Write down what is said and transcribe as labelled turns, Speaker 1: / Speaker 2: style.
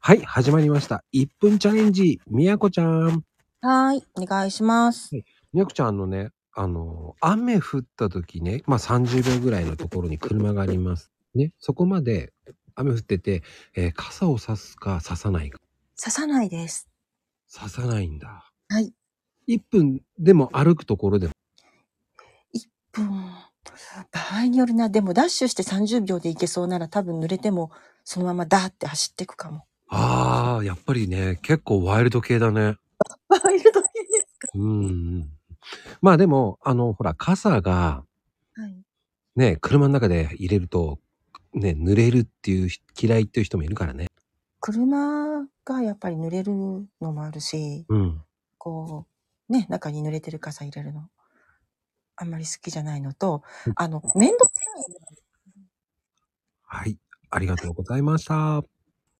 Speaker 1: はい、始まりました。1分チャレンジ、みやこちゃん。
Speaker 2: はーい、お願いします。
Speaker 1: みやこちゃん、あのね、あの、雨降った時ね、まあ、30秒ぐらいのところに車があります。ね、そこまで雨降ってて、えー傘を差すか差さないか。
Speaker 2: 刺さないです。
Speaker 1: 差さないんだ。
Speaker 2: はい。
Speaker 1: 1分でも歩くところでも。
Speaker 2: うん場合によるな、でもダッシュして30秒で行けそうなら多分濡れても、そのままダーって走ってくかも。
Speaker 1: ああ、やっぱりね、結構ワイルド系だね。
Speaker 2: ワイルド系
Speaker 1: うんうん。まあでも、あの、ほら、傘が、
Speaker 2: はい。
Speaker 1: ね、車の中で入れると、ね、濡れるっていう人嫌いっていう人もいるからね。
Speaker 2: 車がやっぱり濡れるのもあるし、
Speaker 1: うん。
Speaker 2: こう、ね、中に濡れてる傘入れるの。あんまり好きじゃないのと
Speaker 1: うん、
Speaker 2: あの、面倒くさい
Speaker 1: はい。ありがとうございました。